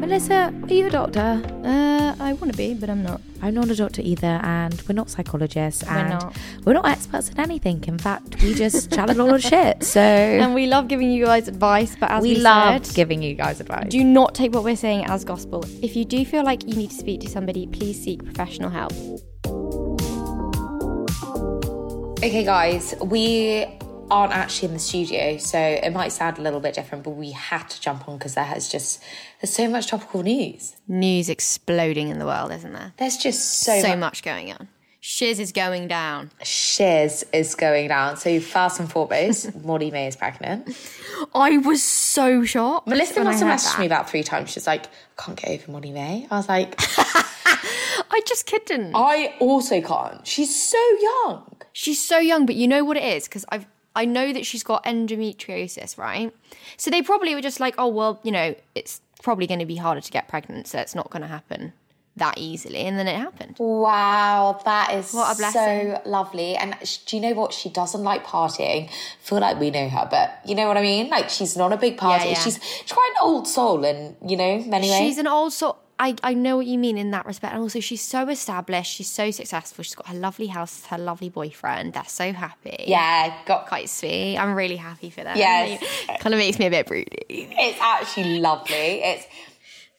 Melissa, are you a doctor? Uh, I want to be, but I'm not. I'm not a doctor either, and we're not psychologists, We're and not. we're not experts in anything. In fact, we just chat a lot of shit. So And we love giving you guys advice, but as we, we, love said, giving you guys advice. do not take what we're saying as gospel. If you do feel like you need to speak to somebody, please seek professional help. Okay, guys, we aren't actually in the studio, so it might sound a little bit different, but we had to jump on because there has just there's so much topical news. News exploding in the world, isn't there? There's just so, so much. much going on. Shiz is going down. Shiz is going down. So first and foremost, Molly May is pregnant. I was so shocked. Melissa when I must have heard messaged that. me about three times. She's like, I can't get over Molly May. I was like, I just couldn't. I also can't. She's so young. She's so young, but you know what it is because I've I know that she's got endometriosis, right? So they probably were just like, oh well, you know, it's probably going to be harder to get pregnant, so it's not going to happen that easily, and then it happened. Wow, that is What a blessing. so lovely. And sh- do you know what? She doesn't like partying. Feel like we know her, but you know what I mean? Like she's not a big party. yeah. She's she's quite an old soul in, you know, many ways. She's an old soul. I, I know what you mean in that respect. And also, she's so established. She's so successful. She's got her lovely house, her lovely boyfriend. They're so happy. yeah, got Quite sweet. I'm really happy for them. Yes. kind of makes me a bit broody. it's actually lovely. It's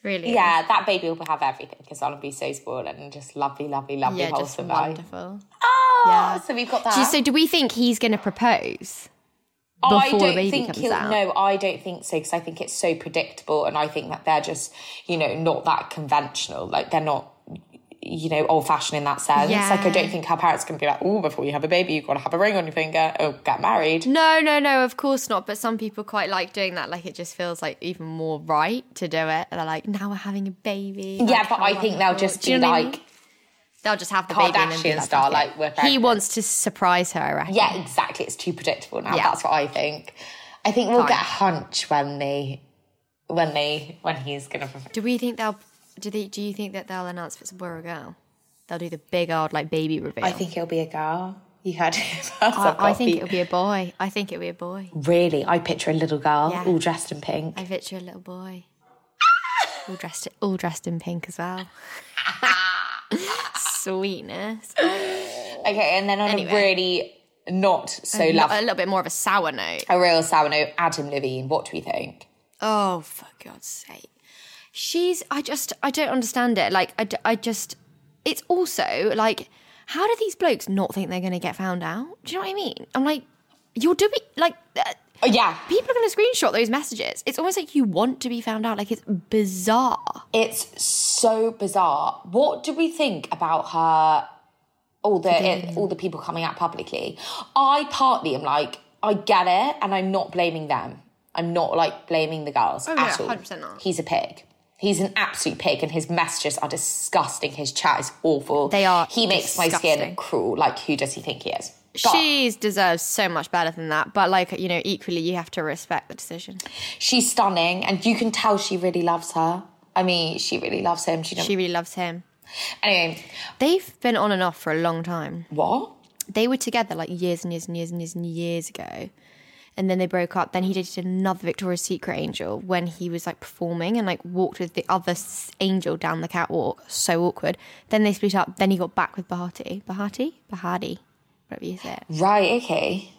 Really. yeah, that baby will have everything because I'll be so spoiled and just lovely, lovely, lovely Yeah, just wholesome vibe. wonderful. Oh, Yeah. so we've got that. Do you- so, do we think he's going to propose? Oh, I before the don't baby think comes he'll, out. No, I don't think so because I think it's so predictable, and I think that they're just, you know, not that conventional. Like they're not, you know, old fashioned in that sense. Like I Yeah. don't think her parents can be like, oh, before you have a baby, you've got to have a ring on your finger or get married. No, no, no, of course not. But some people quite like doing that. Like, it just feels like even more right to do it. They're like, now we're having a baby. yeah, Like, but how I think they'll wonderful. just Do you be know what I like, mean? they'll just have the baby and then be Kardashian like, "Fuck style, it." like, we're He pregnant. wants to surprise her, I reckon. yeah, exactly. It's too predictable now. Yeah. That's what I think. I think we'll Fine. get a hunch when they, when they, when he's gonna. Do we think they'll? Do they? Do you think that they'll announce if it's a boy or a girl? They'll do the big old like baby reveal. I think it'll be a girl. You heard it. I, I think it'll be a boy. I think it'll be a boy. Really, I picture a little girl Yeah. all dressed in pink. I picture a little boy, all dressed all dressed in pink as well. Sweetness. Okay, and then on Anyway. a really not so a, love a little bit more of a sour note. a real sour note, Adam Levine. What do we think? Oh, for God's sake. She's, I just, I don't understand it. Like, I, d- I just, it's also like, how do these blokes not think they're going to get found out? Do you know what I mean? I'm like, you're doing, like, uh, Oh, yeah, people are going to screenshot those messages. It's almost like you want to be found out. Like, it's bizarre. it's so bizarre. What do we think about her? All the it, all the people coming out publicly. I partly am like, I get it, and I'm not blaming them. I'm not like blaming the girls Oh, at no, all. 100% not. He's a pig. He's an absolute pig, and his messages are disgusting. His chat is awful. They are He makes my disgusting. skin cruel. Like, who does he think he is? But- She's deserves so much better than that. But, like, you know, equally, you have to respect the decision. she's stunning and you can tell she really loves her i mean she really loves him she, She she really loves him. anyway They've been on and off for a long time. what they were together like years and years and years and years and years ago. And and then they broke up. Then he dated another Victoria's Secret angel when he was like performing and like walked with the other s- angel down the catwalk. So awkward. Then they split up. Then he got back with Bahati. Bahati? Bahati. Whatever you say. it. Right, okay.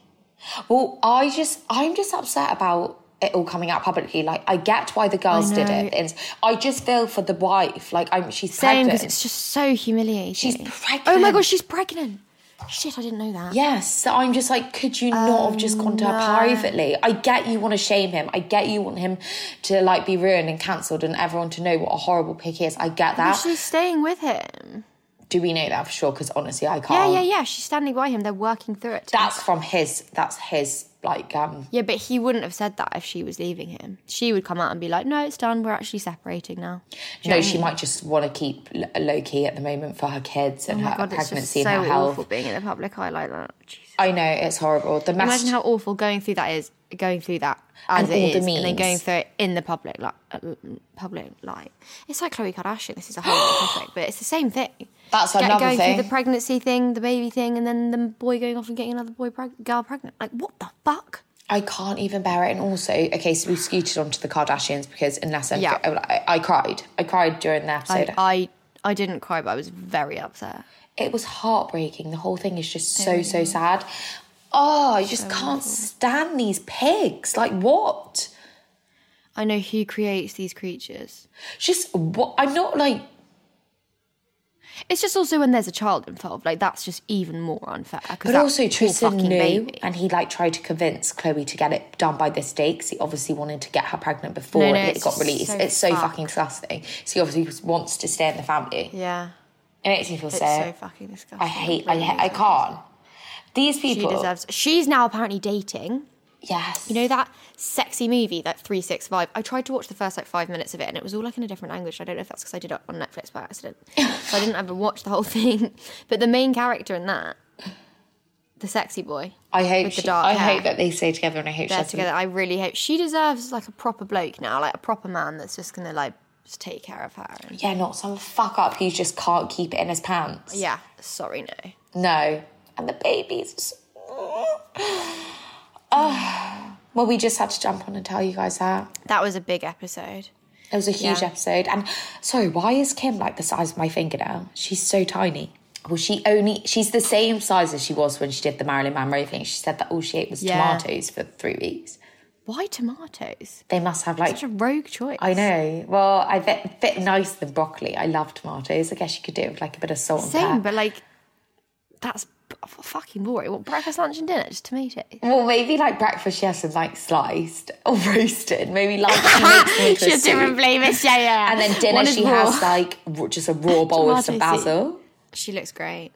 Well, I just, I'm just upset about it all coming out publicly. Like, I get why the girls did it. And I just feel for the wife. Like, I'm, she's Same because pregnant. it's just so humiliating. She's Oh my gosh, pregnant. she's pregnant. Shit, I didn't know that. yes, so I'm just like, could you not have just gone Um, to her privately? I get you want to shame him. I get you want him to like be ruined and cancelled and everyone to know what a horrible pig he is. I get But that. She's staying with him. Do we know that for sure? Because honestly, I can't. Yeah, yeah, yeah. She's standing by him. They're working through it. That's from his. That's his. Like, um, Yeah, but he wouldn't have said that if she was leaving him. She would come out and be like, "No, it's done. We're actually separating now." no, she might just want to keep l- low key at the moment for her kids Oh and her pregnancy and her health. awful being in the public eye like that. Jesus. I know it's horrible. The message. Imagine how awful going through that is. Going through that as And it all the is, and then memes. going through it in the public like uh, public light. It's like Khloe Kardashian. This is a whole other topic, but it's the same thing. That's Get- another going thing. through the pregnancy thing, the baby thing, and then the boy going off and getting another boy preg- girl pregnant. Like what the fuck? I can't even bear it. And also, okay, so we scooted onto the Kardashians because unless I'm, Yeah. I, I cried. I cried during the episode. I, I I didn't cry, but I was very upset. it was heartbreaking. The whole thing is just so so sad. Oh, I just can't stand these pigs. Like what? I know who creates these creatures. Just what? I'm not like It's just also when there's a child involved, like that's just even more unfair. 'cause But that also, poor Tristan fucking knew, baby. and he like tried to convince Chloe to get it done by this date because he obviously wanted to get her pregnant before No, no, it it's got just released. so it's so fucked. fucking disgusting. So he obviously just wants to stay in the family. Yeah, It makes me feel it's sad. so fucking disgusting. I hate. I, Really ha- I disgusting. can't. These She people. deserves. She's now apparently dating. yes. You know that sexy movie, that three six five. I tried to watch the first like five minutes of it, and it was all like in a different language. I don't know if that's because I did it on Netflix by accident, so I didn't ever watch the whole thing. But the main character in that, the sexy boy, I hope. with the She, dark I hair. hope that they stay together, and I hope she they're has together. I really hope she deserves like a proper bloke now, like a proper man that's just gonna like just take care of her. And, Yeah, not some fuck up who just can't keep it in his pants. yeah, sorry, no. No. And the babies. Ugh. well, we just had to jump on and tell you guys that. That was a big episode. It was a huge Yeah. episode. And sorry, why is Kim like the size of my fingernail? She's so tiny. Well, she only she's the same size as she was when she did the Marilyn Monroe thing. She said that all she ate was Yeah. tomatoes for three weeks. Why tomatoes? They must have like Such a rogue choice. I know. Well, I bet bit nicer than broccoli. I love tomatoes. I guess you could do it with like a bit of salt Same, and pepper. but like that's b- fucking boring. What breakfast, lunch, and dinner? Just tomatoes. well, maybe like breakfast she has some like sliced or roasted. Maybe like she makes them into a soup. flavours. Yeah, yeah. And then dinner One is she raw. has like r- just a raw bowl with some Tomato soup. basil. She looks great.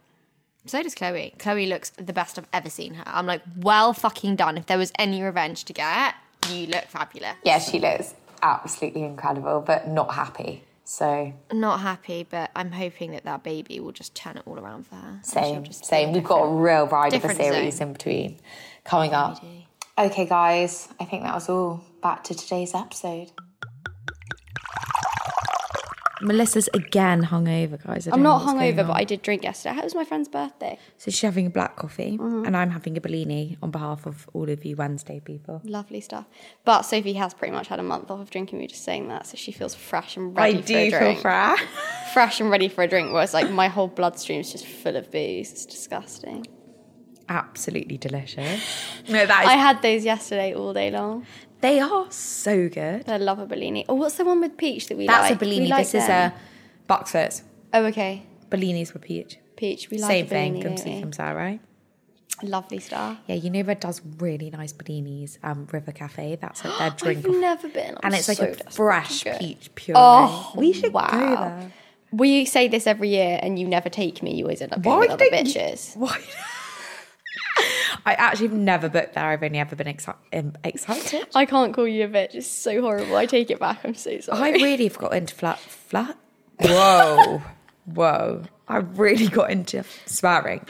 So does Chloe. Chloe looks the best I've ever seen her. I'm like, well, fucking done. If there was any revenge to get, you look fabulous. Yeah, she looks absolutely incredible, but not happy. So Not happy, but I'm hoping that that baby will just turn it all around for her. She'll same, just be same. We've got a real ride of a different series zone. in between coming up. Okay, guys, I think that was all. Back to today's episode. Melissa's again hungover, guys. I I'm don't know not what's going hungover, but on. I did drink yesterday. It was my friend's birthday. So she's having a black coffee, Mm-hmm. and I'm having a Bellini on behalf of all of you Wednesday people. Lovely stuff. But Sophie has pretty much had a month off of drinking. We were just saying that, so she feels fresh and ready I for a do drink. feel fresh. fresh and ready for a drink. Whereas like my whole bloodstream's just full of booze. It's disgusting. Absolutely delicious. No, that is. I had those yesterday all day long. they are so good. I love a Bellini. Oh, what's the one with peach that we That's like? a Bellini. We like this is them. a Buxford's. Oh, okay. Bellinis with peach. Peach. We like Same a thing. Bellini, Come don't see, we? come sour, right? Lovely stuff. Yeah, you know Red does really nice bellinis. Um, River Cafe. That's like their drink. I've of- never been. I'm and it's like so a desperate to fresh go. peach puree. Oh, we should wow. go there. We say this every year, and you never take me. You always end up going with other don't you- bitches. Why? I actually have never booked there. I've only ever been exci- um, excited. I can't call you a bitch. It's so horrible. I take it back. I'm so I sorry. really have got into flat flat. Whoa, whoa! I really got into swearing.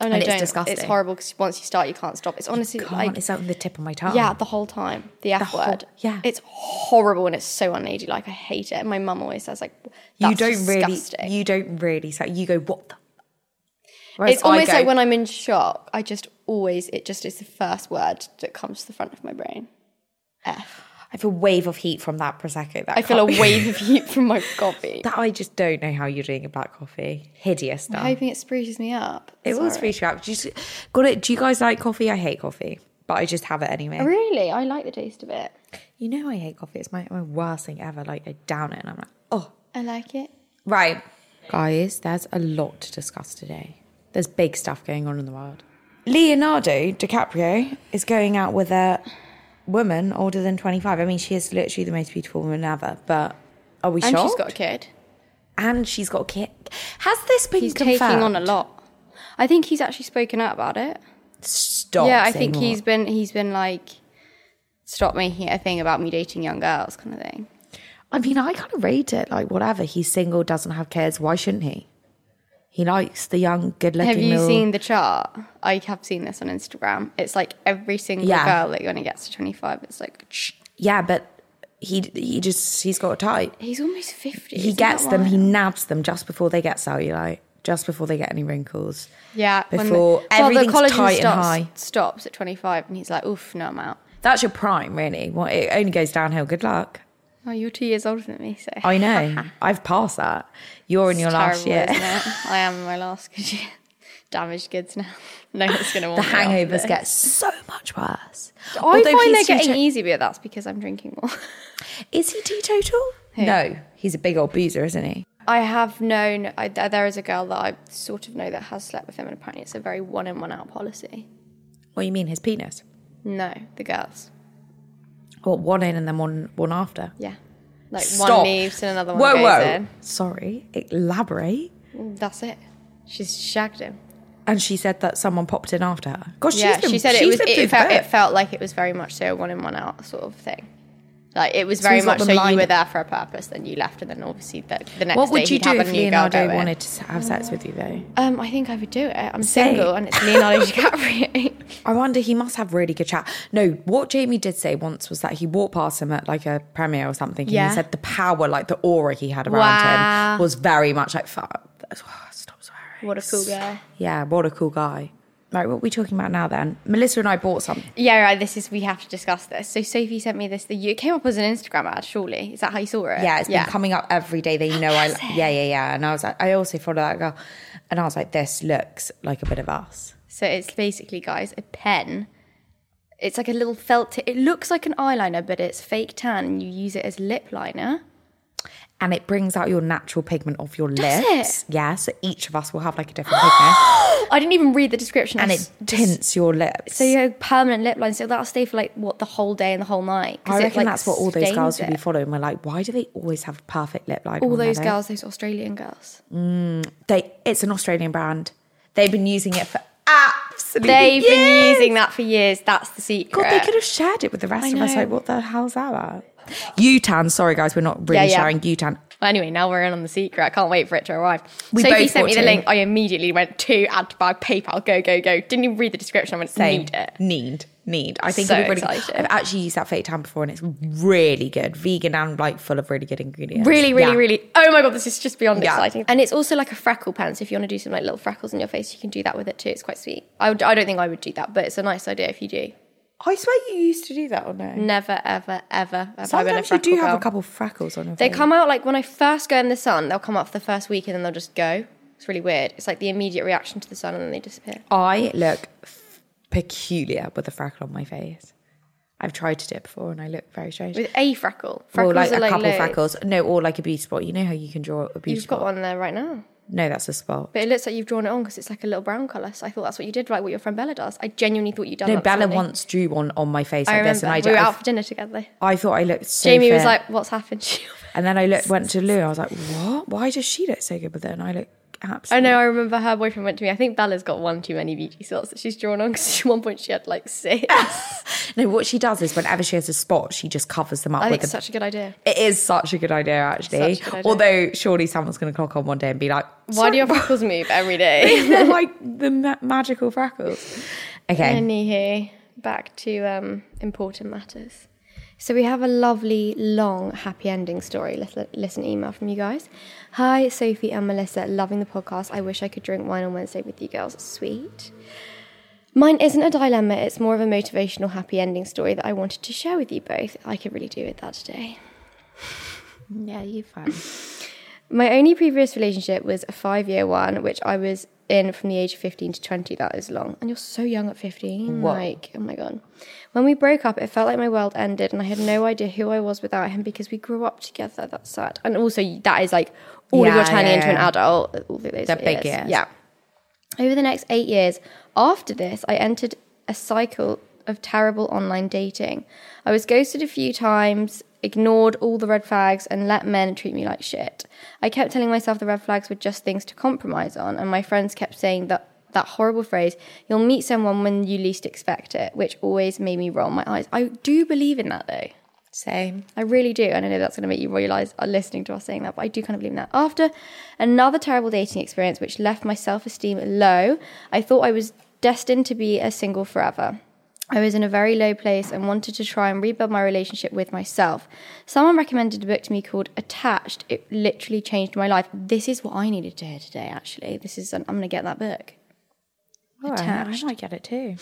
oh, no, and it's don't. disgusting. It's horrible because once you start, you can't stop. It's honestly Can't. like it's out on the tip of my tongue. yeah, the whole time the F whole- word. yeah. it's horrible and it's so unladylike. I hate it. My mum always says like, you That's don't disgusting. really. You don't really. So you go what the Whereas it's I almost go- like when I'm in shock, I just always it just is the first word that comes to the front of my brain. F. I feel a wave of heat from that prosecco. That I feel a coffee. wave of heat from my coffee. that I just don't know how you're doing a black coffee. Hideous I'm stuff. hoping it spruces me up. it was free you out. Just got it. Do you guys like coffee? I hate coffee, but I just have it anyway. Oh, Really, I like the taste of it. You know I hate coffee. It's my, my worst thing ever. Like I down it and I'm like, oh I like it. right. Guys, there's a lot to discuss today. There's big stuff going on in the world. Leonardo DiCaprio is going out with a woman older than 25. I mean, she is literally the most beautiful woman ever, but are we And shocked? she's got a kid. and she's got a kid. Has this been He's confirmed? taking on a lot. I think he's actually spoken out about it. Stop. yeah, I Oh, saying think more. he's been he's been like, stop making it a thing about me dating young girls, kind of thing. I mean, I kind of rate it like whatever. He's single, doesn't have kids. Why shouldn't he? He likes the young, good-looking. Have you little- seen the chart? I have seen this on Instagram. It's like every single Yeah. girl that when it gets to twenty five, it's like "Shh." Yeah, but he he just he's got a type. he's almost fifty. He isn't gets that them. wild? He nabs them just before they get cellulite, just before they get any wrinkles. yeah. when the- before everything's tight and stops, high. stops at twenty five, and he's like, oof, no, I'm out. That's your prime, really. Well, it only goes downhill. Good luck. Oh, you're two years older than me, so I know. I've passed that. You're in your last year. Isn't it? I am in my last good year. Damaged goods now. No one's going to The want me after hangovers this. get so much worse. I Although find e- they're he's getting teeto- easier, but that's because I'm drinking more. Is he teetotal? No, he's a big old boozer, isn't he? I have known I, th- there is a girl that I sort of know that has slept with him, and apparently it's a very one in one out policy. What do you mean, his penis? No, the girls. What one in and then one one after? Yeah, like Stop. one leaves and another one Whoa, goes whoa. Sorry, elaborate. in. That's it. She's shagged him. And she said that someone popped in after her. Gosh, yeah, she's been, she said it she's was. been through It the felt, it book. felt like it was very much so a one in one out sort of thing. Like it was So very he's got much so them you lined were up. there for a purpose, then you left, and then obviously the, the next What day would you he'd do have a if new girl Leonardo going. wanted to have sex with you, though? Um, I think I would do it. I'm Same. single and it's Leonardo DiCaprio. I wonder, he must have really good chat. No, what Jamie did say once was that he walked past him at like a premiere or something. And Yeah. he said the power, like the aura he had around Wow. him was very much like, fuck, that's- oh, stop swearing. what a cool guy. Yeah, what a cool guy. Right, what are we talking about now then? Melissa and I bought something. Yeah, right. This is we have to discuss this. So Sophie sent me this. The it came up as an Instagram ad. Surely is that how you saw it? Yeah, it's been coming up every day. Oh, They know I, yeah, yeah, yeah. And I was like, I also follow that girl, and I was like, this looks like a bit of us. So it's basically, guys, a pen. It's like a little felt. T- it looks like an eyeliner, but it's fake tan. and You use it as lip liner. And it brings out your natural pigment of your Does it? lips. Yeah, so each of us will have like a different pigment, I didn't even read the description. and I it s- tints your lips. So you have permanent lip liner. So that'll stay for like what the whole day and the whole night. 'cause I it, reckon like, that's what all those girls stains would be it. following. We're like, why do they always have perfect lip liner? All on their those lip? girls, those Australian girls. They, it's an Australian brand. They've been using it for absolutely. They've been years. using that for years. That's the secret. God, they could have shared it with the rest I of us. know. Like, what the hell's that about? Utan, sorry guys, we're not really Yeah, yeah. sharing Utan. Well, anyway, now we're in on the secret. I can't wait for it to arrive. We Sophie both sent me bought the two. link. I immediately went to add to buy PayPal. Go go go. Didn't even read the description. I went Same. need it. Need, need. I think So it'd be really excited. I've actually used that fake tan before and it's really good. Vegan and like full of really good ingredients. Really, really, Yeah. really. Oh my god, this is just beyond Yeah. exciting. And it's also like a freckle pen. So if you want to do some like little freckles in your face, you can do that with it too. It's quite sweet. I, would, I don't think I would do that, but it's a nice idea if you do. I swear you used to do that or no? Never, ever, ever. Have I been a Sometimes you do freckle have a girl. couple of freckles on your They face. come out like when I first go in the sun. They'll come out for the first week and then they'll just go. It's really weird. It's like the immediate reaction to the sun and then they disappear. I look f- peculiar with a freckle on my face. I've tried to do it before and I look very strange. With a freckle, Well, freckles like are a like couple loads. freckles. No, or like a beauty spot. You know how you can draw a beauty You've spot? got one there right now. No, that's a spot. But it looks like you've drawn it on because it's like a little brown colour. So I thought that's what you did, right? What your friend Bella does. I genuinely thought you done no, that Bella Sunday. once drew one on my face I like remember. this and I, we were I, out for dinner together. I thought I looked so Jamie was fit. like, "What's happened?" to you?" And then I looked, went to Lou. I was like, "What? Why does she look so good?" But then I look I absolutely. know. I remember her boyfriend went to me. I think Bella's got one too many beauty spots that she's drawn on because at one point she had like six. No, what she does is whenever she has a spot, she just covers them up I think with. it's A, such a good idea. it is such a good idea, actually. Such a good idea. Although surely someone's going to clock on one day and be like, Why do your "Sorry, freckles move every day? They're like the ma- magical freckles. Okay. Anywho, back to um, important matters. So we have a lovely, long, happy ending story. Let's li- listen to email from you guys. Hi, Sophie and Melissa. Loving the podcast. I wish I could drink wine on Wednesday with you girls. Sweet. Mine isn't a dilemma, it's more of a motivational happy ending story that I wanted to share with you both. I could really do with that today. Yeah, you fine. My only previous relationship was a five year one, which I was in from the age of 15 to 20. That is long. And you're so young at 15. Like, oh my God. When we broke up, it felt like my world ended and I had no idea who I was without him because we grew up together. That's sad. And also, that is like all of Yeah, your turning yeah, into an yeah. adult. All of those They're big years. years. Yeah. Over the next eight years after this, I entered a cycle of terrible online dating. I was ghosted a few times, ignored all the red flags, and let men treat me like shit. I kept telling myself the red flags were just things to compromise on, and my friends kept saying that. That horrible phrase, you'll meet someone when you least expect it, which always made me roll my eyes. I do believe in that though. Same. I really do. And I know that's going to make you realize are listening to us saying that, but I do kind of believe in that. After another terrible dating experience, which left my self esteem low, I thought I was destined to be a single forever. I was in a very low place and wanted to try and rebuild my relationship with myself. Someone recommended a book to me called Attached. It literally changed my life. This is what I needed to hear today, actually. This is, I'm going to get that book. Attached. I might get it too.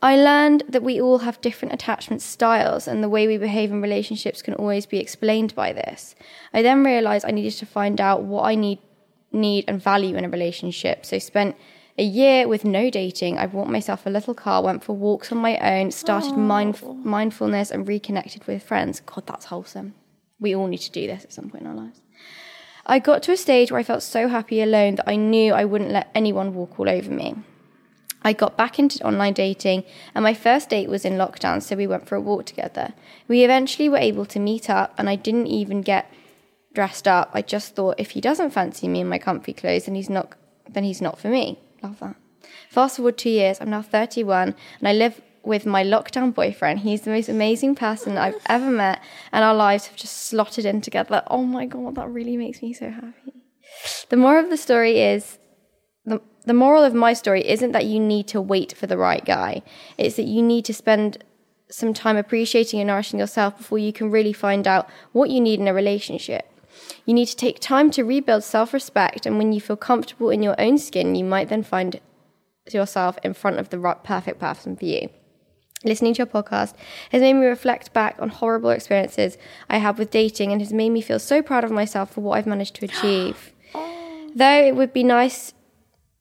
I learned that we all have different attachment styles, and the way we behave in relationships can always be explained by this. I then realized I needed to find out what I need, need and value in a relationship. So spent a year with no dating. I bought myself a little car, went for walks on my own, started mindf- mindfulness, and reconnected with friends. God, that's wholesome. We all need to do this at some point in our lives. I got to a stage where I felt so happy alone that I knew I wouldn't let anyone walk all over me. I got back into online dating, and my first date was in lockdown, so we went for a walk together. We eventually were able to meet up, and I didn't even get dressed up. I just thought if he doesn't fancy me in my comfy clothes, then he's not then he's not for me. Love that. Fast forward two years, I'm now 31, and I live with my lockdown boyfriend. He's the most amazing person I've ever met, and our lives have just slotted in together. Oh my god, that really makes me so happy. The moral of the story is the, the moral of my story isn't that you need to wait for the right guy. It's that you need to spend some time appreciating and nourishing yourself before you can really find out what you need in a relationship. You need to take time to rebuild self respect, and when you feel comfortable in your own skin, you might then find yourself in front of the right, perfect person for you. Listening to your podcast has made me reflect back on horrible experiences I have with dating and has made me feel so proud of myself for what I've managed to achieve. Though it would be nice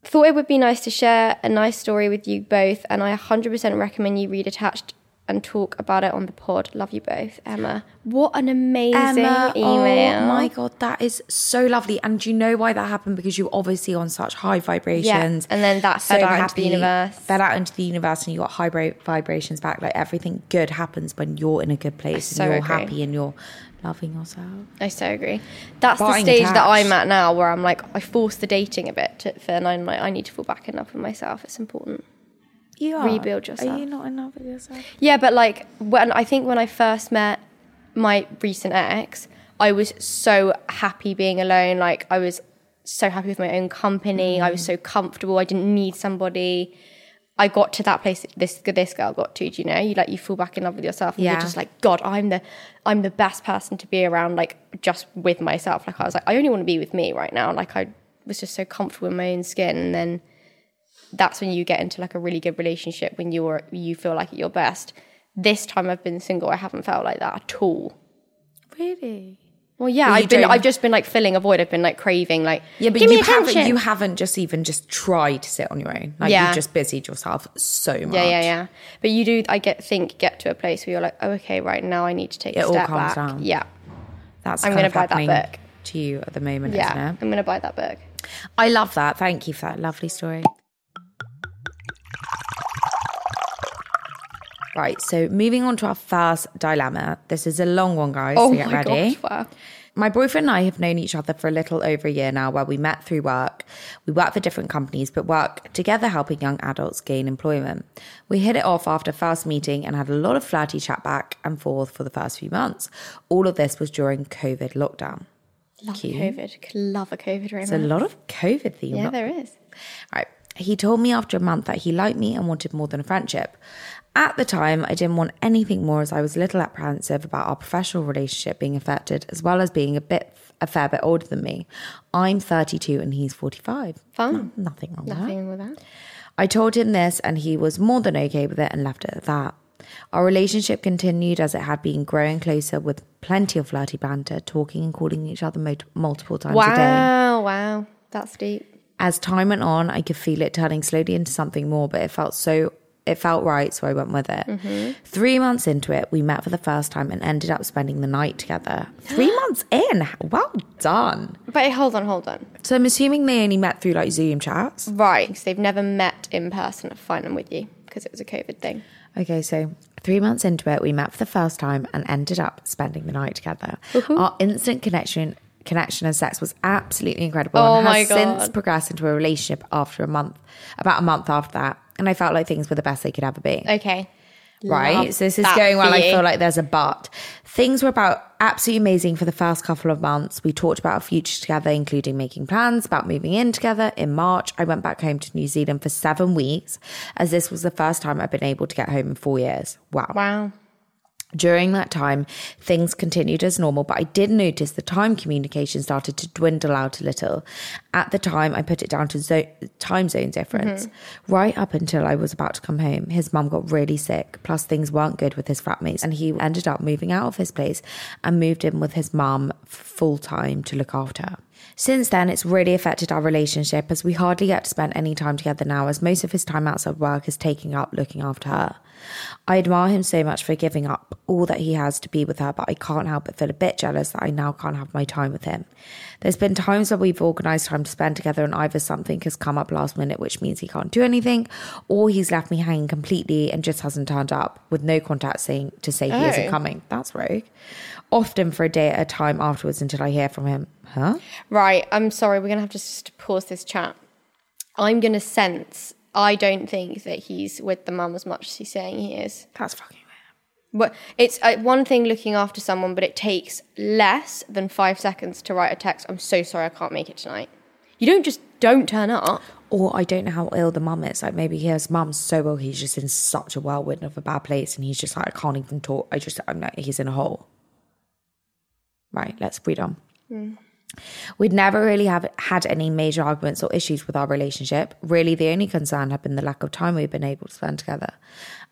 thought it would be nice to share a nice story with you both, and I 100% recommend you read Attached and talk about it on the pod. Love you both, Emma. What an amazing email. Oh my god, that is so lovely. And do you know why that happened? Because you were obviously on such high vibrations. and then that fed out into the universe. Fed out into the universe, and you got high bra- vibrations back. Like everything good happens when you're in a good place so and you're agree. happy and you're loving yourself. I so agree. That's the Buying stage that attached. I'm at now where I'm like, I force the dating a bit, to, and I'm like, I need to fall back in love with myself. It's important. You are Rebuild yourself. Are you not in love with yourself? Yeah, but like when I think when I first met my recent ex, I was so happy being alone. Like I was so happy with my own company. I was so comfortable. I didn't need somebody. I got to that place. that This this girl got to. Do you know? You like you fall back in love with yourself. And Yeah. You're just like God. I'm the I'm the best person to be around. Like just with myself. Like I was like I only want to be with me right now. Like I was just so comfortable in my own skin. And then that's when you get into like a really good relationship when you're you feel like at your best. This time I've been single, I haven't felt like that at all. Really? Well, yeah, Well, you I've been don't- I've just been like filling a void. I've been like craving like Yeah, but give you me attention. haven't. You haven't just even just tried to sit on your own. Like Yeah. you've just busied yourself so much. yeah, yeah, yeah. But you do. I get think get to a place where you're like, oh, okay, right now I need to take It a all step calms back. down. Yeah, That's I'm kind gonna of buy that happening book. to you at the moment, yeah. isn't it? I'm gonna buy that book. I love that. Thank you for that lovely story. Right, so moving on to our first dilemma. This is a long one, guys. Oh so get my ready. gosh, wow. My boyfriend and I have known each other for a little over a year now, where we met through work. We work for different companies, but work together helping young adults gain employment. We hit it off after first meeting and had a lot of flirty chat back and forth for the first few months. All of this was during COVID lockdown. Love COVID. Could Love a COVID There's a romance. lot of COVID theme. Yeah, not- there is. Right. He told me after a month that he liked me and wanted more than a friendship. At the time, I didn't want anything more as I was a little apprehensive about our professional relationship being affected, as well as being a bit a fair bit older than me. I'm 32 and he's 45. Fun. No- nothing wrong with that. Nothing wrong with that. I told him this and he was more than okay with it and left it at that. Our relationship continued as it had been growing closer with plenty of flirty banter, talking and calling each other mo- multiple times a day. Wow, wow. That's deep. As time went on, I could feel it turning slowly into something more, but it felt so it felt right, so I went with it. Mm-hmm. Three months into it, we met for the first time and ended up spending the night together. Three months in, well done. But hold on, hold on. So I'm assuming they only met through like Zoom chats. Right, because they've never met in person at Fine I'm With You because it was a COVID thing. Okay, so three months into it, we met for the first time and ended up spending the night together. Our instant connection connection and sex was absolutely incredible Oh and my has since God. progressed into a relationship after a month, about a month after that. And I felt like things were the best they could ever be. Okay. right? So this is that going well. for I you. feel like there's a but. Things were about absolutely amazing for the first couple of months. We talked about our future together, including making plans about moving in together. In March, I went back home to New Zealand for seven weeks, as this was the first time I've been able to get home in four years. Wow. Wow. During that time, things continued as normal, but I did notice the time communication started to dwindle out a little. At the time, I put it down to zo- time zone difference. Right up until I was about to come home, his mum got really sick, plus things weren't good with his flatmates, and he ended up moving out of his place and moved in with his mum full time to look after her. Since then, it's really affected our relationship as we hardly get to spend any time together now, as most of his time outside work is taking up looking after her. I admire him so much for giving up all that he has to be with her, but I can't help but feel a bit jealous that I now can't have my time with him. There's been times where we've organised time to spend together, and either something has come up last minute, which means he can't do anything, or he's left me hanging completely and just hasn't turned up with no contact saying to say he isn't coming. That's rogue. Often for a day at a time afterwards until I hear from him. Huh? Right, I'm sorry, we're going to have to just pause this chat. I'm going to sense, I don't think that he's with the mum as much as he's saying he is. That's fucking weird. But it's uh, one thing looking after someone, but it takes less than five seconds to write a text. I'm so sorry, I can't make it tonight. You don't just don't turn up. Or I don't know how ill the mum is. Like maybe his mum's so ill, he's just in such a whirlwind of a bad place, and he's just like, I can't even talk. I just, I'm like, he's in a hole. Right, let's read on. We'd never really have had any major arguments or issues with our relationship. Really, the only concern had been the lack of time we've been able to spend together.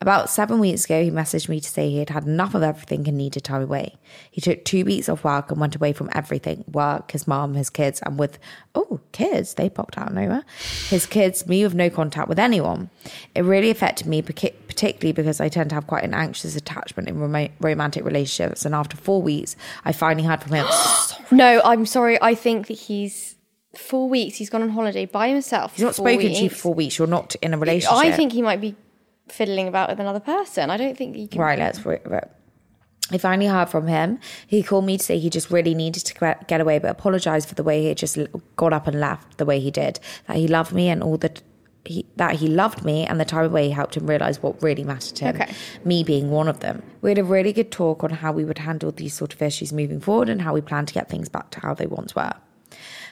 About seven weeks ago, he messaged me to say he had had enough of everything and needed time away. He took two weeks off work and went away from everything work, his mom, his kids, and with, oh, kids, they popped out of nowhere. His kids, me with no contact with anyone. It really affected me, partic- particularly because I tend to have quite an anxious attachment in roma- romantic relationships. And after four weeks, I finally heard from him. No, I'm sorry. I think that he's four weeks. He's gone on holiday by himself. He's not four spoken to you weeks. for four weeks. You're not in a relationship. I think he might be fiddling about with another person. I don't think he can. Right, let's. Re- re- I finally heard from him. He called me to say he just really needed to get- get away, but apologized for the way he had just l- got up and left the way he did. That he loved me and all the. He, that he loved me and the time away helped him realize what really mattered to him, Okay. me being one of them. We had a really good talk on how we would handle these sort of issues moving forward and how we plan to get things back to how they once were.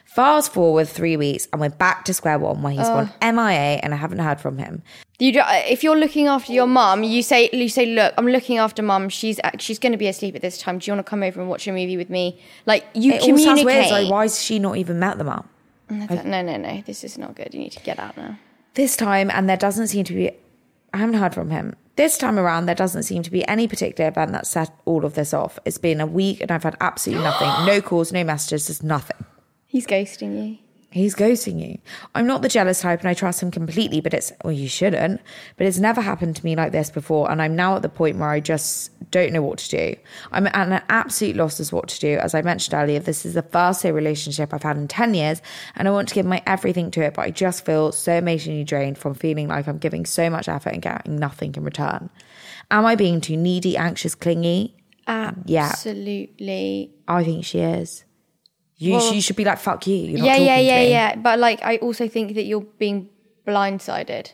Fast forward three weeks and we're back to square one where he's gone MIA and I haven't heard from him. You do, if you're looking after your mum, you say you say, look, I'm looking after mum. She's ac- she's going to be asleep at this time. Do you want to come over and watch a movie with me? Like you It all sounds communicate. weird. Like, why has she not even met them up? no, no, no. This is not good. You need to get out now. this time, and there doesn't seem to be, I haven't heard from him. This time around, there doesn't seem to be any particular event that set all of this off. It's been a week and I've had absolutely nothing no calls, no messages, just nothing. He's ghosting you. He's ghosting you. I'm not the jealous type and I trust him completely, but it's, well, you shouldn't, but it's never happened to me like this before. And I'm now at the point where I just don't know what to do. I'm at an absolute loss as what to do. As I mentioned earlier, this is the first real relationship I've had in 10 years and I want to give my everything to it, but I just feel so emotionally drained from feeling like I'm giving so much effort and getting nothing in return. Am I being too needy, anxious, clingy? Yeah, Absolutely. I think she is. You, you should be like, fuck you. You're not yeah, talking yeah, to yeah, me. yeah. But like, I also think that you're being blindsided.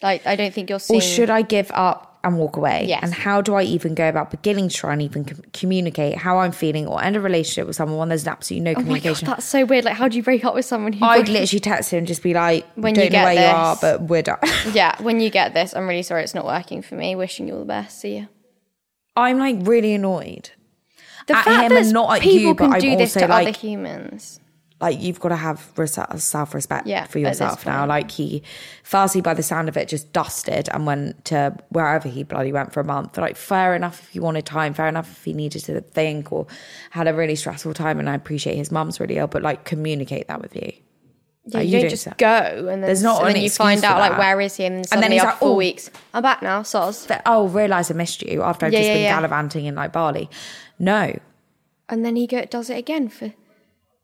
Like, I don't think you're seeing. Or should I give up and walk away? Yes. And how do I even go about beginning to try and even com- communicate how I'm feeling or end a relationship with someone when there's absolutely no Oh my god, communication? that's so weird. Like, how do you break up with someone who? I'd literally text him and just be like, When don't you know get where you are, this. but we're done. yeah, when you get this, I'm really sorry it's not working for me. Wishing you all the best. See ya. I'm like really annoyed. The At him and not at you, people but can I'm do this also, to like- other humans. Like you've got to have self respect Yeah, for at this yourself now. point. Like he, Farsi, by the sound of it, just dusted and went to wherever he bloody went for a month. Like fair enough if he wanted time, fair enough if he needed to think or had a really stressful time. And I appreciate his mum's really ill, but like communicate that with you. Yeah, Like, you, you don't don't just say- go and then, There's not and an then you excuse find for out like that. where is he and then And then suddenly he's after like, four "Oh." weeks I'm back now soz But, oh, realise I missed you after I've Yeah, just yeah, been yeah. gallivanting in like Bali. No, and then he go, does it again for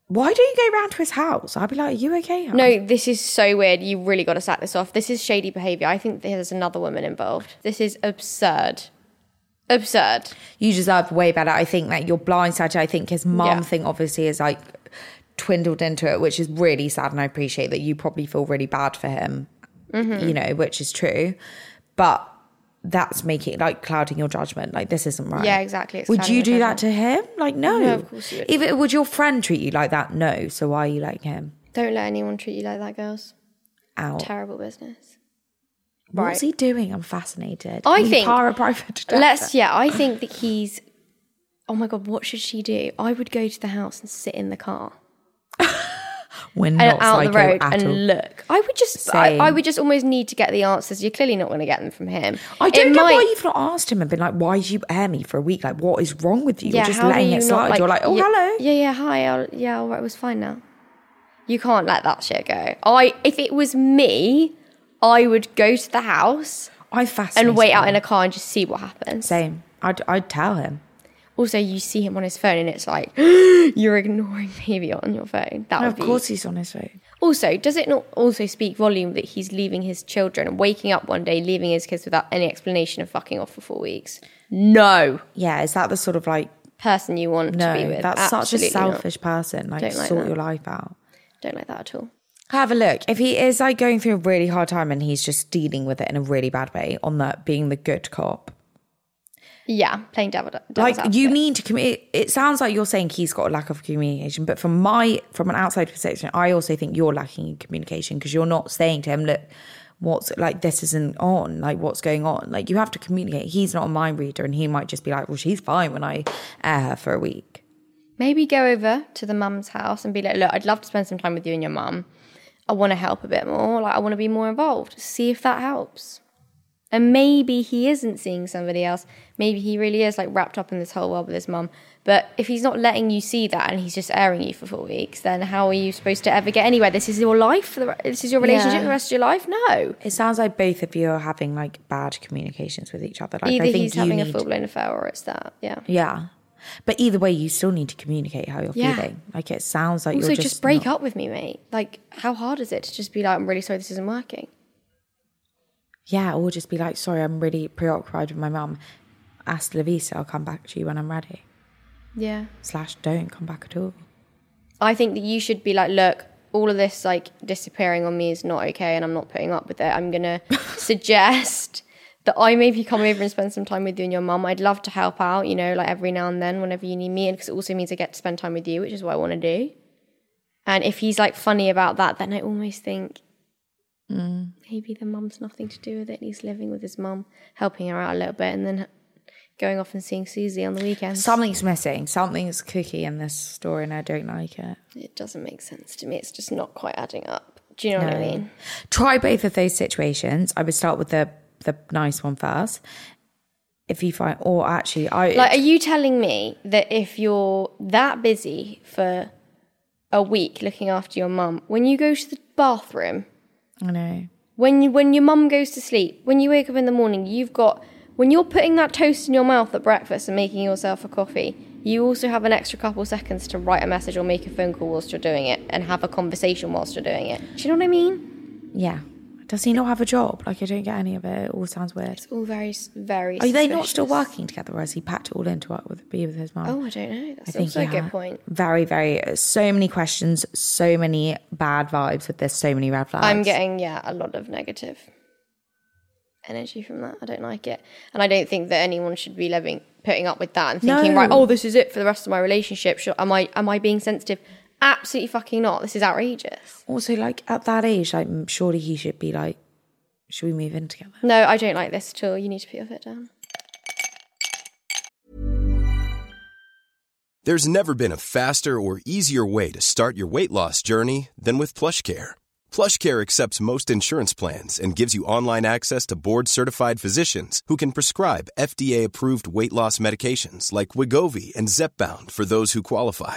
why don't you go round to his house? I'd be like, are you okay? hon? no this is so weird you really got to sack this off this is shady behaviour I think there's another woman involved this is absurd absurd you deserved way better. I think that you're blindsided. I think his mum Yeah. thing obviously is like twindled into it, which is really sad. And I appreciate that you probably feel really bad for him, Mm-hmm. you know, which is true. But that's making like clouding your judgment. Like this isn't right. Yeah, exactly. It's Would clouding you your do that to him? Like no. No, of course you wouldn't. Even would your friend treat you like that? No. So why are you like him? don't let anyone treat you like that girls Out. terrible business What's he doing? I'm fascinated. I He's think- hire a private detective. Let's, yeah, I think that he's. Oh my God, what should she do? I would go to the house and sit in the car We're and not out on the psycho road at and all. look. I would just, I, I Same. would just almost need to get the answers. You're clearly not going to get them from him. I It don't know why might- you've not asked him and been like, why did you air me for a week? Like, what is wrong with you? You're just how do letting you it not, slide. You're like, oh, yeah, hello. Yeah, yeah, hi. I'll, yeah, all right, it was fine now. You can't let that shit go. I, if it was me, I would go to the house I fascinated. and wait out in by a car and just see what happens. it. Same. I'd, I'd tell him. Also, you see him on his phone, and it's like you're ignoring baby on your phone. That No, would of be. course he's on his phone. Also, does it not also speak volume that he's leaving his children, waking up one day, leaving his kids without any explanation, and fucking off for four weeks? No Yeah, is that the sort of like, person you want no, to be with. that's such a Absolutely not. selfish person. Like, Don't like sort that. your life out. Don't like that at all. Have a look. If he is like going through a really hard time and he's just dealing with it in a really bad way on that being the good cop, Yeah, playing devil. like devil's you advocate. need to communicate it sounds like you're saying he's got a lack of communication but from my from an outside perception i also think you're lacking in communication because you're not saying to him look what's like this isn't on like what's going on like you have to communicate he's not a mind reader and he might just be like well she's fine when i air her for a week Maybe go over to the mum's house and be like, look, I'd love to spend some time with you and your mum. I want to help a bit more. Like, I want to be more involved. See if that helps. And maybe he isn't seeing somebody else. Maybe he really is like wrapped up in this whole world with his mum. But if he's not letting you see that and he's just airing you for four weeks, then how are you supposed to ever get anywhere? This is your life. for the re- This is your relationship Yeah. for the rest of your life. No. it sounds like both of you are having like bad communications with each other like Either i think he's you having need a full blown affair or it's that. Yeah. yeah but either way you still need to communicate how you're Yeah. feeling like it sounds like Also, you're just, just, break not- up with me, mate. Like, how hard is it to just be like, I'm really sorry this isn't working? yeah or just be like sorry i'm really preoccupied with my mum ask lavisa i'll come back to you when i'm ready Yeah. slash don't come back at all I think that you should be like, look, all of this like disappearing on me is not okay, and I'm not putting up with it. I'm gonna suggest that I maybe come over and spend some time with you and your mum. I'd love to help out, you know, like every now and then whenever you need me, and because it also means I get to spend time with you, which is what I want to do. And if he's like funny about that, then I almost think maybe the mum's nothing to do with it. and He's living with his mum, helping her out a little bit, and then going off and seeing Susie on the weekends. something's missing something's cookie in this story and i don't like it It doesn't make sense to me. It's just not quite adding up. Do you know what I mean? try both of those situations i would start with the the nice one first if you find or actually i Like, are you telling me that if you're that busy for a week looking after your mum, when you go to the bathroom, i know when you, when your mum goes to sleep, when you wake up in the morning, you've got when you're putting that toast in your mouth at breakfast and making yourself a coffee, you also have an extra couple seconds to write a message or make a phone call whilst you're doing it and have a conversation whilst you're doing it. Do you know what I mean? yeah does he not have a job like i don't get any of it it all sounds weird All very very. are they not still working together or has he packed it all into it with be with his mum Oh, I don't know. That's I think also a yeah. good point. Very, very. uh, So many questions, so many bad vibes with this, so many red flags. I'm getting yeah a lot of negative energy from that. I don't like it, and I don't think that anyone should be living putting up with that and No. thinking, right, oh, this is it for the rest of my relationship. Should, am I am I being sensitive? Absolutely fucking not. This is outrageous. Also, like at that age, like m- surely he should be like, should we move in together? No, I don't like this at all. You need to put your foot down. There's never been a faster or easier way to start your weight loss journey than with PlushCare. PlushCare accepts most insurance plans and gives you online access to board-certified physicians who can prescribe FDA-approved weight loss medications like Wigovi and Zepbound for those who qualify.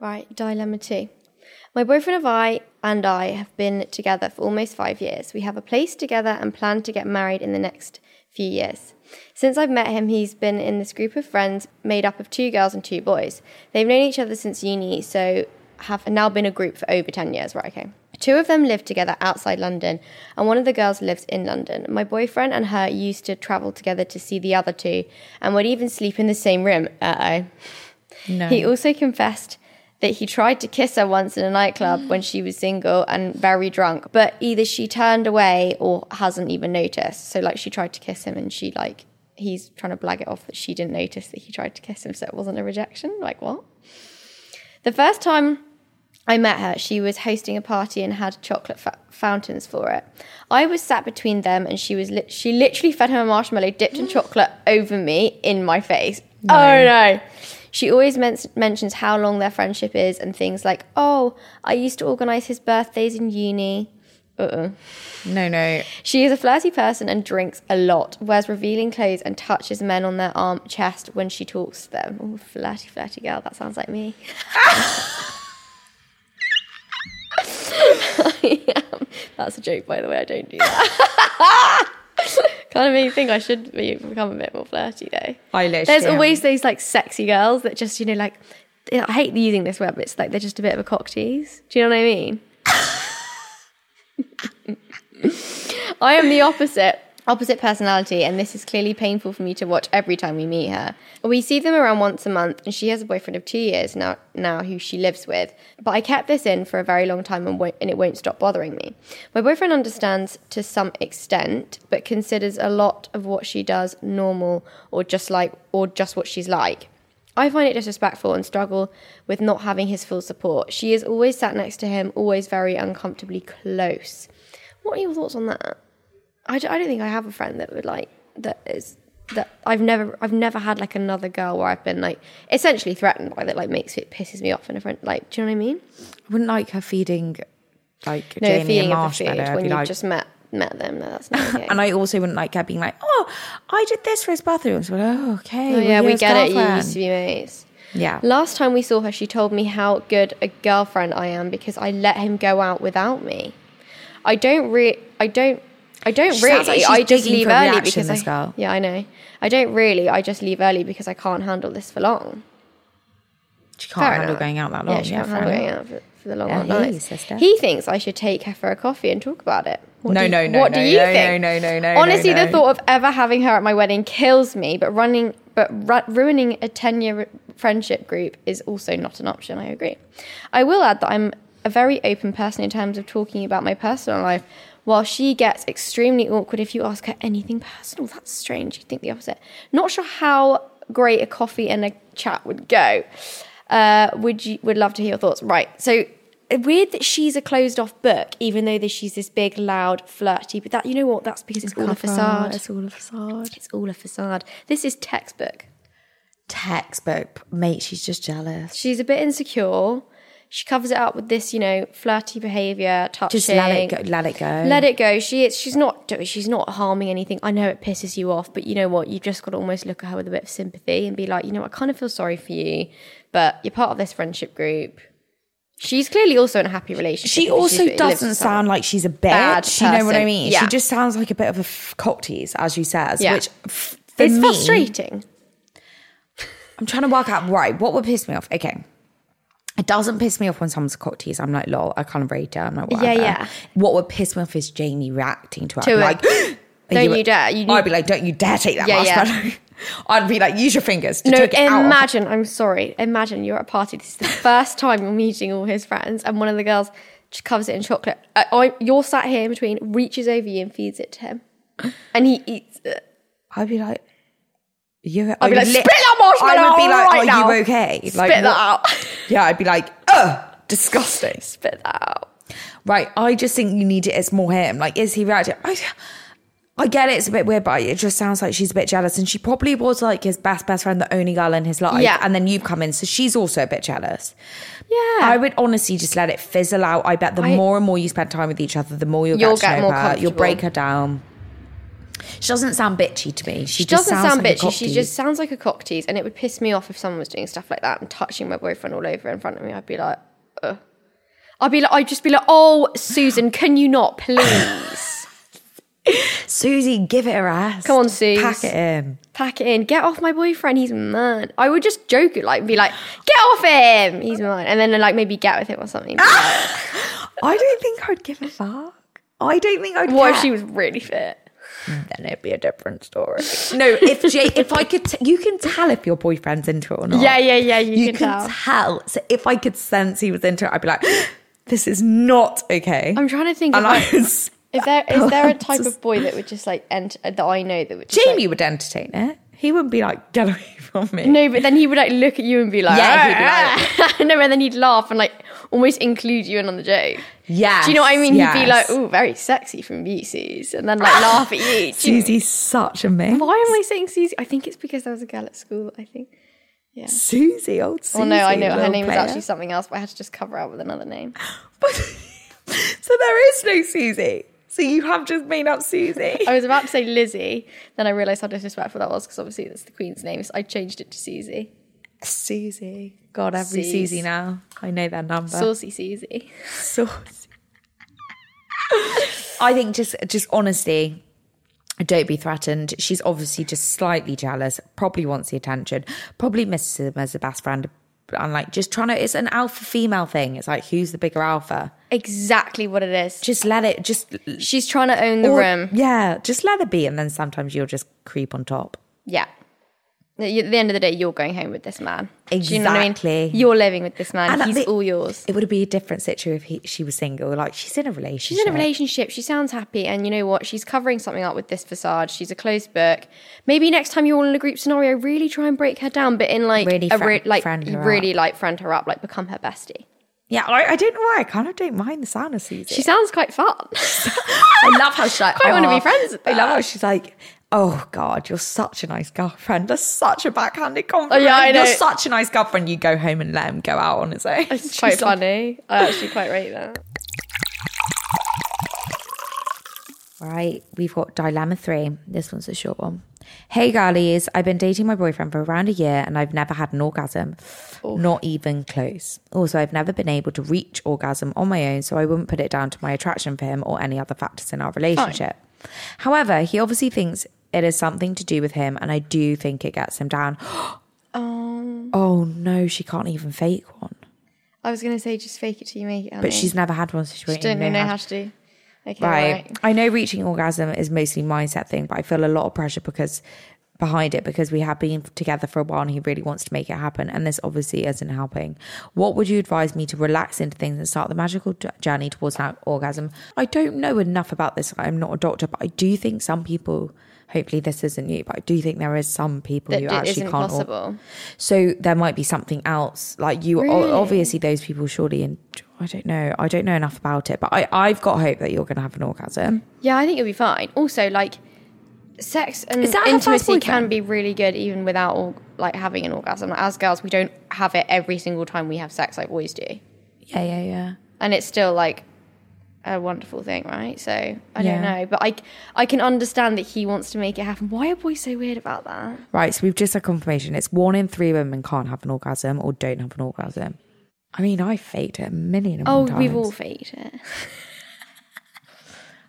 Right, dilemma two. My boyfriend of I and I have been together for almost five years. We have a place together and plan to get married in the next few years. Since I've met him, he's been in this group of friends made up of two girls and two boys. They've known each other since uni, so have now been a group for over 10 years. Right, okay. Two of them live together outside London, and one of the girls lives in London. My boyfriend and her used to travel together to see the other two and would even sleep in the same room. Uh oh. He also confessed that he tried to kiss her once in a nightclub when she was single and very drunk, but either she turned away or hasn't even noticed. So like she tried to kiss him and she like he's trying to blag it off that she didn't notice that he tried to kiss him, so it wasn't a rejection. Like what? The first time I met her, she was hosting a party and had chocolate fa- fountains for it. I was sat between them, and she was lit she literally fed him a marshmallow dipped in chocolate over me in my face. Oh no! She always men- mentions how long their friendship is and things like, "Oh, I used to organise his birthdays in uni." Uh-uh. No, no. She is a flirty person and drinks a lot, wears revealing clothes and touches men on their arm, chest when she talks to them. Oh, flirty, flirty girl. That sounds like me. I am. That's a joke, by the way. I don't do that. kind of made me think I should be, become a bit more flirty, though. I literally There's am. always those like sexy girls that just, you know, like, I hate using this word, but it's like they're just a bit of a cock tease. Do you know what I mean? I am the opposite. Opposite personality, and this is clearly painful for me to watch every time we meet her. We see them around once a month, and she has a boyfriend of two years now, now who she lives with. But I kept this in for a very long time, and, won't, and it won't stop bothering me. My boyfriend understands to some extent, but considers a lot of what she does normal or just like or just what she's like. I find it disrespectful and struggle with not having his full support. She is always sat next to him, always very uncomfortably close. What are your thoughts on that? I, d- I don't think I have a friend that would like that is that I've never I've never had like another girl where I've been like essentially threatened by that like makes it pisses me off in a friend like do you know what I mean? I wouldn't like her feeding like No, the Jamie a feeling of the marshmallow. food I'd when be you like, just met met them. No, that's not okay. and I also wouldn't like her being like, oh, I did this for his birthday. And so like, oh, okay. oh, well, yeah, we here's get it. You girlfriend. used to be mates. Yeah. Last time we saw her, she told me how good a girlfriend I am because I let him go out without me. I don't re I don't I don't She really sounds like she's I just digging leave for a early reaction, because this I girl. Yeah, I know. I don't really. I just leave early because I can't handle this for long. She can't Fair handle enough. going out that long. Yeah, she can't fair handle enough. going out for, for the long Yeah, hot hear you, nights. sister. He thinks I should take her for a coffee and talk about it. What No, do you- no, no, What no, do you no, think? no, no, no, no, Honestly, no. the thought of ever having her at my wedding kills me. But running, but ru- ruining a ten-year friendship group is also not an option. I agree. I will add that I'm a very open person in terms of talking about my personal life. While she gets extremely awkward if you ask her anything personal, that's strange. You'd think the opposite. Not sure how great a coffee and a chat would go. Uh, would you would love to hear your thoughts? Right. So weird that she's a closed off book, even though that she's this big, loud, flirty. But that you know what? That's because it's all a facade. It's all a facade. It's all a facade. This is textbook. Textbook, mate. She's just jealous. She's a bit insecure. She covers it up with this, you know, flirty behavior, touching. Just let it go. Let it go. Let it go. She is. She's not. do- She's not harming anything. I know it pisses you off, but you know what? You've just got to almost look at her with a bit of sympathy and be like, you know, I kind of feel sorry for you, but you're part of this friendship group. She's clearly also in a happy relationship. She because also she's lived with doesn't someone. sound like she's a bitch. Bad you know what I person. mean? She Yeah. just sounds like a bit of a f- cocktease, as you says. Yeah. Which f- for it's me, frustrating. I'm trying to work out right what would piss me off. Okay. It doesn't piss me off when someone's a cocktease. I'm like, lol, I can't rate her. I'm like, Yeah, whatever. yeah. What would piss me off is Jamie reacting to her. To I'd be like, it. are Don't you dare. You- Oh, I'd be like, don't you dare take that Yeah, yeah. marshmallow. I'd be like, use your fingers to No, take it out. of her. imagine. I'm sorry. Imagine you're at a party. This is the first time you're meeting all his friends, and one of the girls just covers it in chocolate. I, I, you're sat here in between, reaches over you and feeds it to him, and he eats it. I'd be like, you. I'd, be like, "Spit that marshmallow I would be out like, right are now. you okay? Like, Spit that what- out. Yeah, I'd be like, ugh, disgusting. Spit that out. Right. I just think you need it. It's more him. Like, is he reacting? I, I get it. It's a bit weird, but it just sounds like she's a bit jealous. And she probably was like his best, best friend, the only girl in his life. Yeah. And then you've come in. So she's also a bit jealous. Yeah. I would honestly just let it fizzle out. I bet the I- more and more you spend time with each other, the more you'll, You'll get to get know more her. You'll comfortable. break her down. She doesn't sound bitchy to me. She, She doesn't just sounds sound like a bitchy. She cocktease. just sounds like a cock tease, and it would piss me off if someone was doing stuff like that and touching my boyfriend all over in front of me. I'd be like, Ugh. I'd be like, I'd just be like, oh, Susan, can you not please Susie, give it a rest. Come on, Suze. Pack it in. pack it in? Get off my boyfriend. He's mine. I would just joke it, like, be like, get off him. He's mine, and then like maybe get with him or something. Be like, I don't think I'd give a fuck. I don't think I'd. what if care. she was really fit? Then it'd be a different story. No, if Jay, if I could, t- you can tell if your boyfriend's into it or not. Yeah, yeah, yeah. You, Oh. You, can, can, tell. tell. So if I could sense he was into it, I'd be like, "This is not okay." I'm trying to think And if I I- was, Is there is there a type of boy that would just like enter that I know that would just, like- Jamie would entertain it. He wouldn't be like, "Get away from me." No, but then he would like look at you and be like, Yeah, he'd he'd no, and then he'd laugh and like almost include you in on the joke. Yes, Do you know what I mean? He'd be like, yes. "Oh, very sexy from Beauties," and then like laugh at you. Do you- Susie's such a man. Why am I saying Susie? I think it's because there was a girl at school. I think. Susie, old Susie. Well, no, I know her little name was player. actually something else, but I had to just cover up with another name. But so there is no Susie. So you have just made up Susie. I was about to say Lizzie, then I realised how disrespectful that was because obviously that's the Queen's name, so I changed it to Susie. Susie. God, every Suze. Susie now. I know their number. Saucy Susie. Sauce. I think just just honesty. Don't be threatened. She's obviously just slightly jealous. Probably wants the attention. Probably misses him as a best friend. And like just trying to. It's an alpha female thing. It's like who's the bigger alpha? Exactly what it is. Just let it. Just She's trying to own the or- room. Yeah, just let it be. And then sometimes you'll just creep on top. Yeah. At y- at the end of the day, you're going home with this man. Do you know what I mean? Exactly. You're living with this man. And He's the- all yours. It would be a different situation if he, she was single. Like she's in a relationship. She's in a relationship. She sounds happy. And you know what? She's covering something up with this facade. She's a closed book. Maybe next time you're all in a group scenario, really try and break her down, but in like Really a friend- like friend her really up. like friend her up, like become her bestie. Yeah, I, I don't know why. I kind of don't mind the sound of Susie. She sounds quite fun. I love how she's like. Quite wanna be "Oh." friends with I love her. how she's like. Oh God, you're such a nice girlfriend. That's such a backhanded compliment. yeah, I know. You're such a nice girlfriend. You go home and let him go out on his own. It's quite She's like, funny. I actually quite rate that. Right, we've got dilemma three. This one's a short one. Hey, girlies, I've been dating my boyfriend for around a year and I've never had an orgasm, not even close. Also, I've never been able to reach orgasm on my own, so I wouldn't put it down to my attraction for him or any other factors in our relationship. However, he obviously thinks it is something to do with him, and I do think it gets him down. oh no, she can't even fake one. Um, I was going to say just fake it till you make it. But she's never had one, so she won't don't even know know how to do. Okay, Right. right. I know reaching orgasm is mostly mindset thing, but I feel a lot of pressure because behind it because we have been together for a while and he really wants to make it happen and this obviously isn't helping. What would you advise me to relax into things and start the magical j- journey towards an orgasm? I don't know enough about this. I'm not a doctor, but I do think some people Hopefully, this isn't you, but I do think there is some people that who it actually isn't can't. or- possible. so there might be something else. Like you, o- obviously, those people surely. And I don't know. I don't know enough about it, but I, I've got hope that you're going to have an orgasm. Yeah, I think you'll be fine. Also, like, sex and Is that her first intimacy can boyfriend? be really good even without or, like having an orgasm. Like, as girls, we don't have it every single time we have sex. I always do, Yeah, yeah, yeah. and it's still like a wonderful thing, right? So I don't Yeah. know, but I I can understand that he wants to make it happen. Why are boys so weird about that? Right. So we've just had confirmation. It's one in three women can't have an orgasm or don't have an orgasm. I mean, I faked it a million and Oh, one times. we've all faked it.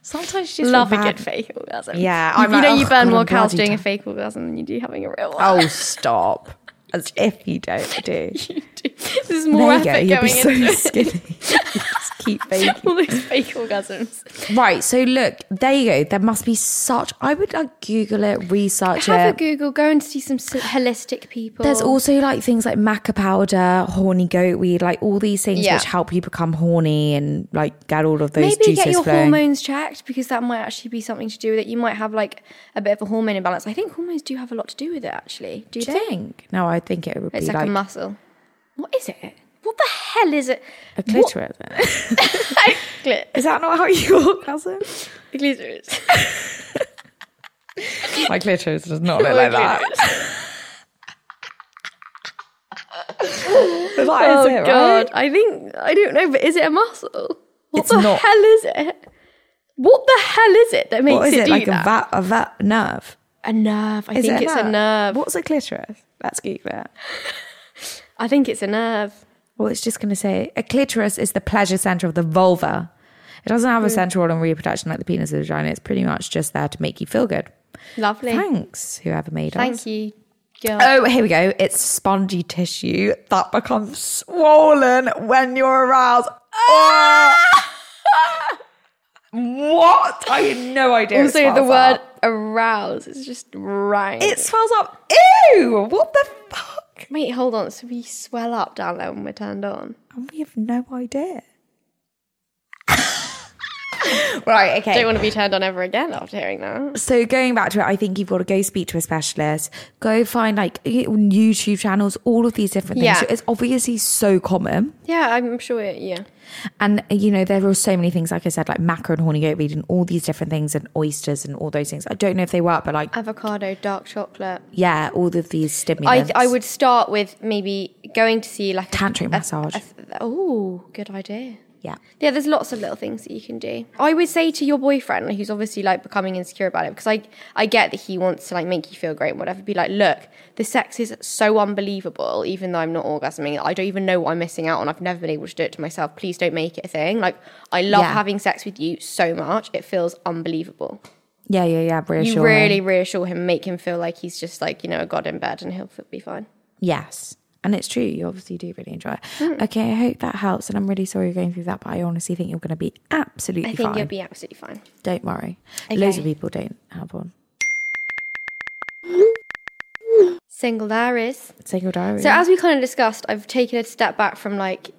Sometimes you just Love feel a bad. good fake orgasm. Yeah, you, I'm you like, know you "Oh, burn God, more I'm cows bloody doing a tired." fake orgasm than you do having a real one. Oh, stop. As if you don't do. this is more effort there you go. You'll be going so into it. skinny. You just keep faking. all those fake orgasms. Right, so look, there you go. There must be such. I would like Google it, research Have it. a Google. Go and see some s- holistic people. There's also like things like maca powder, horny goat weed, like all these things Yeah. which help you become horny and like get all of those maybe juices get your flowing. hormones checked because that might actually be something to do with it. You might have like a bit of a hormone imbalance. I think hormones do have a lot to do with it. Actually, do, Do you they? think? No, I think it would be It's like, like, a muscle. What is it? What the hell is it? a clitoris. Clit- Is that not how you orgasm? the clitoris. My clitoris does not look My like that. But that is oh it, right? god! I think I don't know, but is it a muscle? What It's the not. hell is it? What the hell is it that makes What is it, it do like that? a vat, a vat nerve? A nerve. I Is think it it's a nerve. What's a clitoris? Let's Google it. I think it's a nerve. Well, it's just going to say a clitoris is the pleasure center of the vulva. It doesn't have a Hmm. central organ reproduction like the penis or the vagina. It's pretty much just there to make you feel good. Lovely. Thanks, whoever made us. Thank you. Girl. Oh, here we go. It's spongy tissue that becomes swollen when you're aroused. Ah! Oh! what? I had no idea. it also, the swells word up. arouse is just right. It swells up. Ew! What the fuck? Wait, hold on. So we swell up down there when we're turned on. And we have no idea. right, okay. Don't want to be turned on ever again after hearing that. so going back to it, I think you've got to go speak to a specialist, go find like YouTube channels, all of these different things. Yeah. So it's obviously so common. Yeah, I'm sure. It, yeah. And uh, you know, there are so many things, like I said, like maca and horny goat weed and all these different things and oysters and all those things. I don't know if they work, but like Avocado, dark chocolate. yeah, all of these I, stimulants. I would Uh, start with maybe going to see like a Tantric massage. Oh, good idea. yeah. Yeah, there's lots of little things that you can do. I would say to your boyfriend, who's obviously like becoming insecure about it, because I I get that he wants to like make you feel great and whatever. Be like, look, the sex is so unbelievable, even though I'm not orgasming. I don't even know what I'm missing out on. I've never been able to do it to myself. Please don't make it a thing. Like, I love Yeah. having sex with you so much. It feels unbelievable. Yeah, yeah, yeah. You Reassuring. really reassure him, make him feel like he's just like you know a god in bed, and he'll f- be fine. Yes. And it's true. You obviously do really enjoy it. Mm. Okay, I hope that helps. And I'm really sorry you're going through that, but I honestly think you're going to be absolutely I think fine. you'll be absolutely fine. Don't worry. Loads of Okay. people don't have one. Single there is. Single diary. So as we kind of discussed, I've taken a step back from like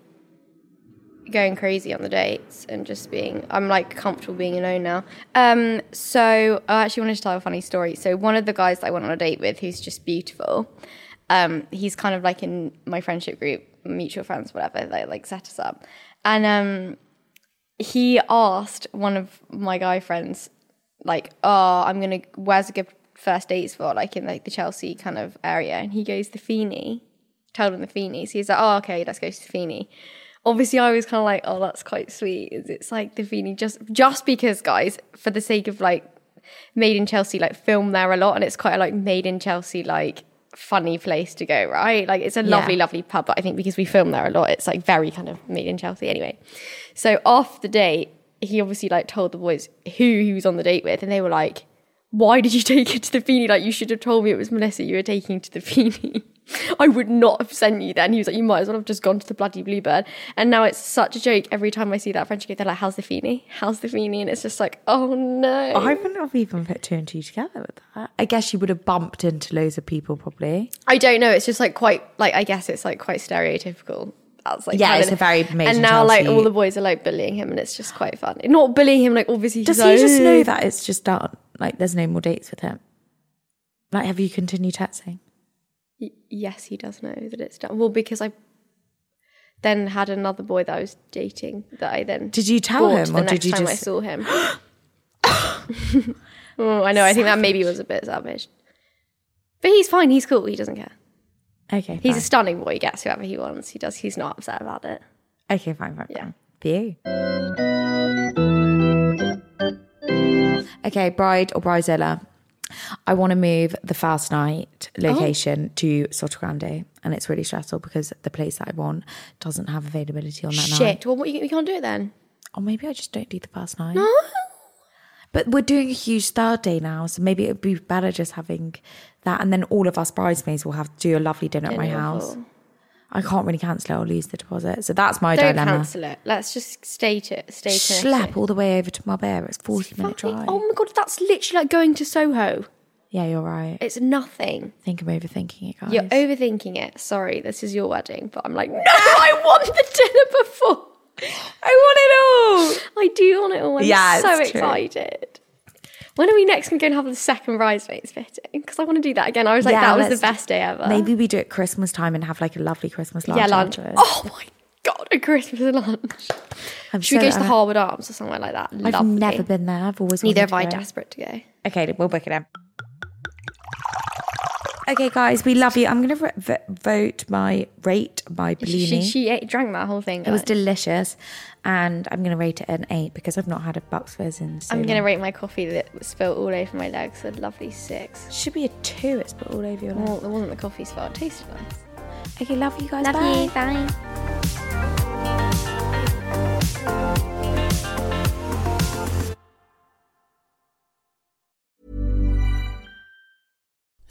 going crazy on the dates and just being I'm like comfortable being alone now. Um so I actually wanted to tell a funny story. So one of the guys that I went on a date with who's just beautiful, um, he's kind of like in my friendship group, mutual friends, whatever, they like set us up. And um he asked one of my guy friends, like, oh, I'm gonna where's a good first date spot, like in like the Chelsea kind of area? And he goes, the Feeney. Told him the Feeney. So he's like, oh, okay, let's go to the Feeney. Obviously, I was kind of like, oh, that's quite sweet. It's like the Feeney just just because, guys, for the sake of like made in Chelsea, like film there a lot, and it's quite a like made in Chelsea like funny place to go, right? Like it's a lovely, lovely pub, but I think because we film there a lot, it's like very kind of made in Chelsea anyway. So off the date, he obviously like told the boys who he was on the date with, and they were like, "Why did you take it to the Feeney? Like you should have told me it was Melissa you were taking to the Feeney. I would not have sent you there." And he was like, "You might as well have just gone to the bloody Bluebird." And now it's such a joke every time I see that French kid. They're like, "How's the Feeney? How's the Feeney?" And it's just like, "Oh no!" I wouldn't have even put two and two together with that. I guess you would have bumped into loads of people probably. I don't know. It's just like quite like I guess it's like quite stereotypical. That's like Yeah, kind it's of- a very Maisie and now like Chelsea- all the boys are like bullying him, and it's just quite funny. Not bullying him, like obviously. Does he's he like, just know "Ugh." that it's just done? Like there's no more dates with him. Like, have you continued texting? Y- yes, he does know that it's done. Well, because I then had another boy that I was dating that I then Did you tell bought him, or the did next you time I just- saw him? oh, I know. I think that maybe was a bit savage, but he's fine. He's cool. He doesn't care. Okay. He's a fine. stunning boy. He gets whoever he wants. He does. He's not upset about it. okay, fine, fine, Yeah. fine. View. Okay, bride or bridezilla. I want to move the fast night Oh. location to Soto Grande, and it's really stressful because the place that I want doesn't have availability on that night. Shit. Well, what, you, we can't do it then. Or Oh, maybe I just don't do the first night. But we're doing a huge third day now, so maybe it would be better just having that. And then all of us bridesmaids will have to do a lovely dinner at my Dinner house. before. I can't really cancel it or lose the deposit. So that's my Don't dilemma. cancel it. Let's just stay to stay to. Schlep all the way over to Marbella. It's 40 minute drive. Oh my god, that's literally like going to Soho. Yeah, you're right. It's nothing. I think I'm overthinking it, guys. You're overthinking it. Sorry, this is your wedding, but I'm like, no, I want the dinner before. I want it all. I do want it all. I'm Yeah, so it's true. excited. When are we next going to go and have the second bridesmaids fitting? Because I want to do that again. I was like, Yeah, that was the let's- best day ever. Maybe we do it Christmas time and have like a lovely Christmas lunch. yeah, lunch. afterwards. Oh my god, a Christmas lunch. I'm Should we so- go to the Harwood Arms or somewhere like that? I've Lovely. never been there. I've always Neither wanted have to I. go. Desperate to go. Okay, we'll book it in. Okay, guys, we love you. I'm going to v- vote my rate my She, she, Bellini. she ate, drank that whole thing. it was guys. delicious, and I'm going to rate it an eight because I've not had a Bucks fizz in. So I'm going to long. rate my coffee that spilled all over my legs a lovely six. Should be a two. It's put all over your Well, leg. it wasn't the coffee's fault. It tasted nice. Okay, love you guys. Love Bye. you. Bye.